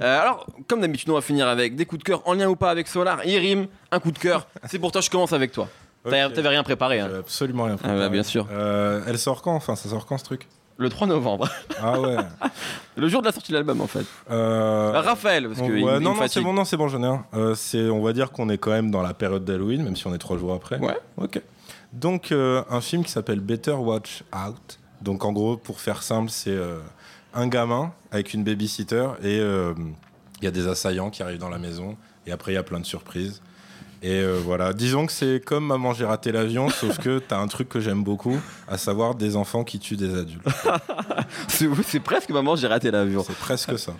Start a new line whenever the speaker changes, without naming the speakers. Euh, alors, comme d'habitude, on va finir avec des coups de cœur en lien ou pas avec Solar. Il rime, un coup de cœur. C'est pour toi, je commence avec toi. T'as-
Ok.
T'avais rien préparé. hein.
J'avais absolument rien
Ah bah, bien sûr.
Euh, elle sort quand Enfin, ça sort quand ce truc
Le 3 novembre,
Ah ouais.
le jour de la sortie de l'album en fait.
Euh,
Raphaël, parce que
on-
il-
ouais,
il
non,
me
non, c'est
fatigue.
bon, non, c'est bon, j'en ai un. Euh, c'est, on va dire qu'on est quand même dans la période d'Halloween, même si on est trois jours après.
Ouais.
Ok. Donc, euh, un film qui s'appelle Better Watch Out. Donc, en gros, pour faire simple, c'est euh, un gamin avec une babysitter et euh, il y a des assaillants qui arrivent dans la maison et après, il y a plein de surprises. Et euh, voilà, disons que c'est comme Maman, j'ai raté l'avion, sauf que t'as un truc que j'aime beaucoup, à savoir des enfants qui tuent des adultes.
C'est c'est presque maman, j'ai raté l'avion.
C'est presque ça.